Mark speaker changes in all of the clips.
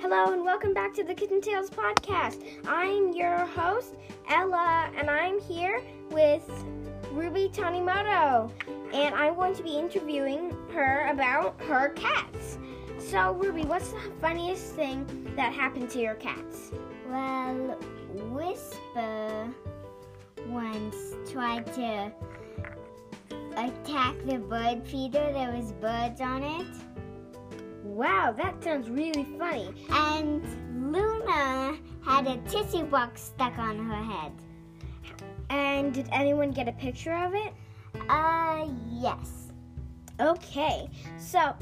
Speaker 1: Hello and welcome back to the Kitten Tales podcast. I'm your host, Ella, and I'm here with Ruby Tanimoto, and I'm going to be interviewing her about her cats. So, Ruby, what's the funniest thing that happened to your cats?
Speaker 2: Well, Whisper once tried to attack the bird feeder. There was birds on it.
Speaker 1: Wow, that sounds really funny.
Speaker 2: And Luna had a tissue box stuck on her head.
Speaker 1: And did anyone get a picture of it?
Speaker 2: Uh, yes.
Speaker 1: Okay, so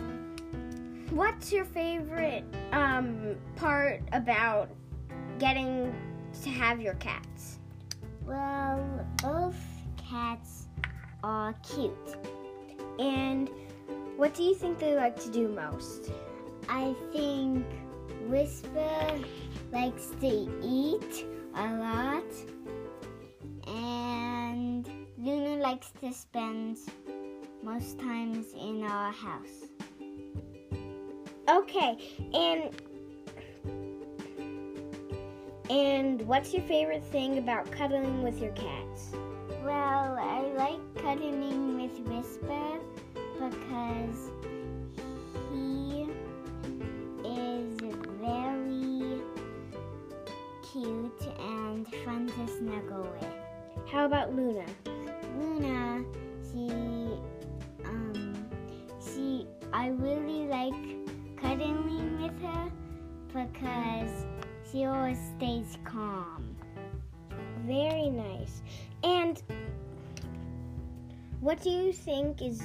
Speaker 1: what's your favorite um, part about getting to have your cats?
Speaker 2: Well, both cats are cute.
Speaker 1: And what do you think they like to do most?
Speaker 2: I think Whisper likes to eat a lot, and Luna likes to spend most times in our house.
Speaker 1: Okay, and and what's your favorite thing about cuddling with your cats?
Speaker 2: Well, I like cuddling with Whisper because he is very cute and fun to snuggle with.
Speaker 1: How about Luna?
Speaker 2: Luna, she, um, she, I really like cuddling with her because she always stays calm.
Speaker 1: Very nice. And what do you think is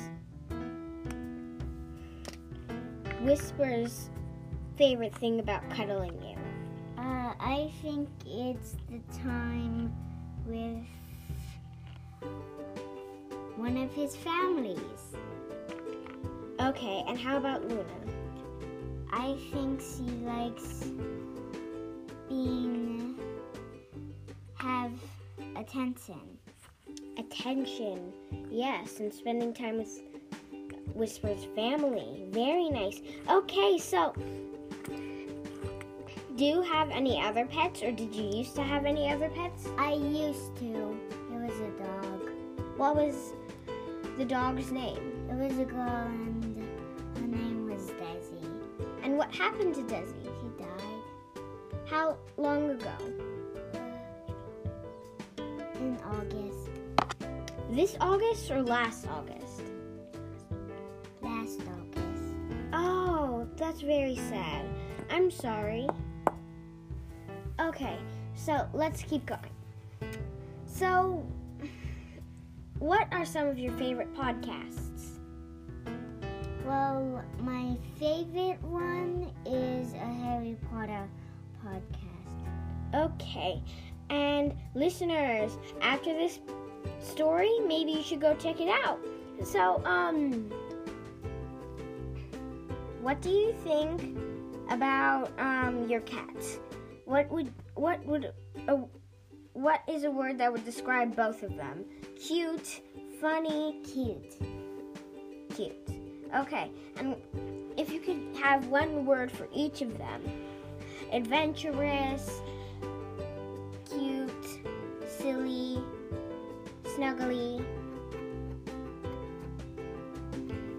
Speaker 1: Whisper's favorite thing about cuddling you?
Speaker 2: Uh, I think it's the time with one of his families.
Speaker 1: Okay, and how about Luna?
Speaker 2: I think she likes being have attention.
Speaker 1: Attention. Yes, and spending time with Whisper's family. Very nice. Okay, so do you have any other pets or did you used to have any other pets?
Speaker 2: I used to. It was a dog.
Speaker 1: What was the dog's name?
Speaker 2: It was a girl, and her name was Daisy.
Speaker 1: And what happened to Desi?
Speaker 2: She died
Speaker 1: How long ago?
Speaker 2: in August
Speaker 1: This August or last August?
Speaker 2: last August.
Speaker 1: Oh, that's very sad. I'm sorry. Okay, so let's keep going. So, what are some of your favorite podcasts?
Speaker 2: Well, my favorite one is a Harry Potter podcast.
Speaker 1: Okay, and listeners, after this story, maybe you should go check it out. So, um, what do you think about um your cats? What would what would a, what is a word that would describe both of them? Cute, funny,
Speaker 2: Cute.
Speaker 1: cute. Okay, and if you could have one word for each of them adventurous, cute, silly, snuggly.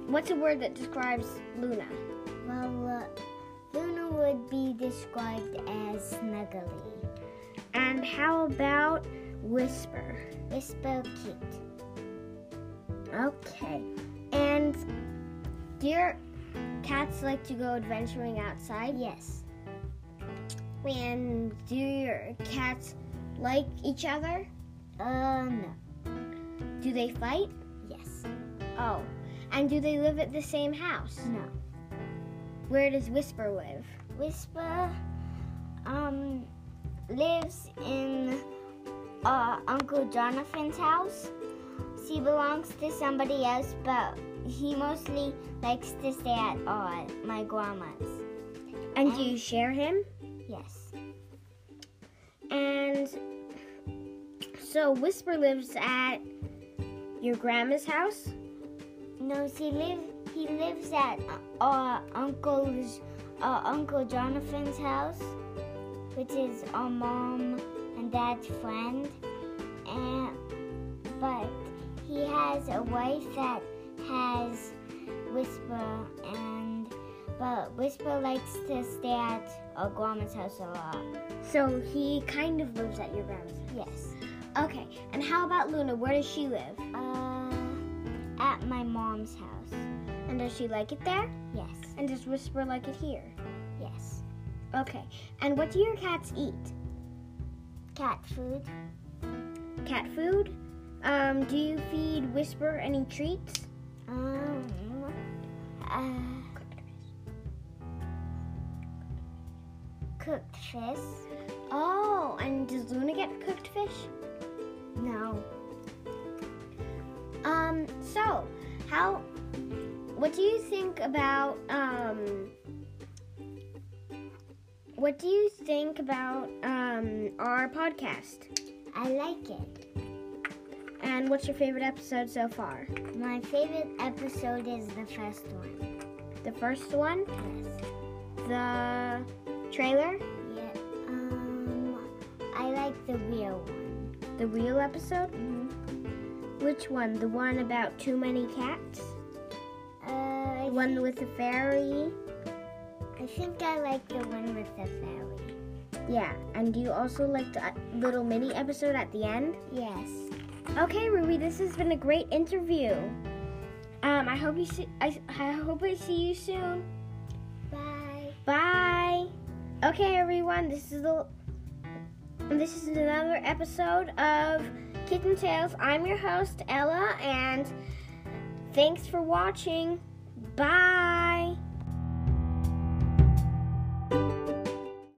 Speaker 1: What's a word that describes Luna?
Speaker 2: Well, uh, Luna would be described as snuggly.
Speaker 1: And how about whisper?
Speaker 2: Whisper cute.
Speaker 1: Okay. And do your cats like to go adventuring outside?
Speaker 2: Yes.
Speaker 1: And do your cats like each other?
Speaker 2: Uh, no.
Speaker 1: Do they fight?
Speaker 2: Yes.
Speaker 1: Oh, Mm. and do they live at the same house?
Speaker 2: No.
Speaker 1: Where does Whisper live?
Speaker 2: Whisper um lives in uh, Uncle Jonathan's house. She belongs to somebody else, but he mostly likes to stay at uh, my grandma's.
Speaker 1: And do you share him?
Speaker 2: Yes.
Speaker 1: And so Whisper lives at your grandma's house?
Speaker 2: No, she live. He lives at uh, our uncle's uh, Uncle Jonathan's house, which is our mom and dad's friend. And but he has a wife that has Whisper, and but Whisper likes to stay at our grandma's house a lot.
Speaker 1: So he kind of lives at your grandma's.
Speaker 2: Yes.
Speaker 1: Okay, and how about Luna? Where does she live?
Speaker 2: Uh, at my mom's house.
Speaker 1: And does she like it there?
Speaker 2: Yes.
Speaker 1: And does Whisper like it here?
Speaker 2: Yes.
Speaker 1: Okay, and what do your cats eat?
Speaker 2: Cat food.
Speaker 1: Cat food? Um, do you feed Whisper any treats?
Speaker 2: Um. Uh, cooked fish.
Speaker 1: Oh, and does Luna get cooked fish?
Speaker 2: No.
Speaker 1: Um, so, how, what do you think about, um, what do you think about, um, our podcast?
Speaker 2: I like it.
Speaker 1: And what's your favorite episode so far?
Speaker 2: My favorite episode is the first one.
Speaker 1: The first one?
Speaker 2: Yes.
Speaker 1: The trailer?
Speaker 2: Yeah. Um. I like the real one.
Speaker 1: The real episode? Which one? The one about too many cats?
Speaker 2: Uh. I
Speaker 1: The one with the fairy?
Speaker 2: I think I like the one with the fairy.
Speaker 1: Yeah, and do you also like the uh, little mini episode at the end?
Speaker 2: Yes.
Speaker 1: Okay, Ruby, this has been a great interview. Um, I hope you see. I, I hope I see you soon.
Speaker 2: Bye.
Speaker 1: Bye. Okay, everyone. This is the. This is another episode of Kitten Tales. I'm your host Ella, and thanks for watching. Bye.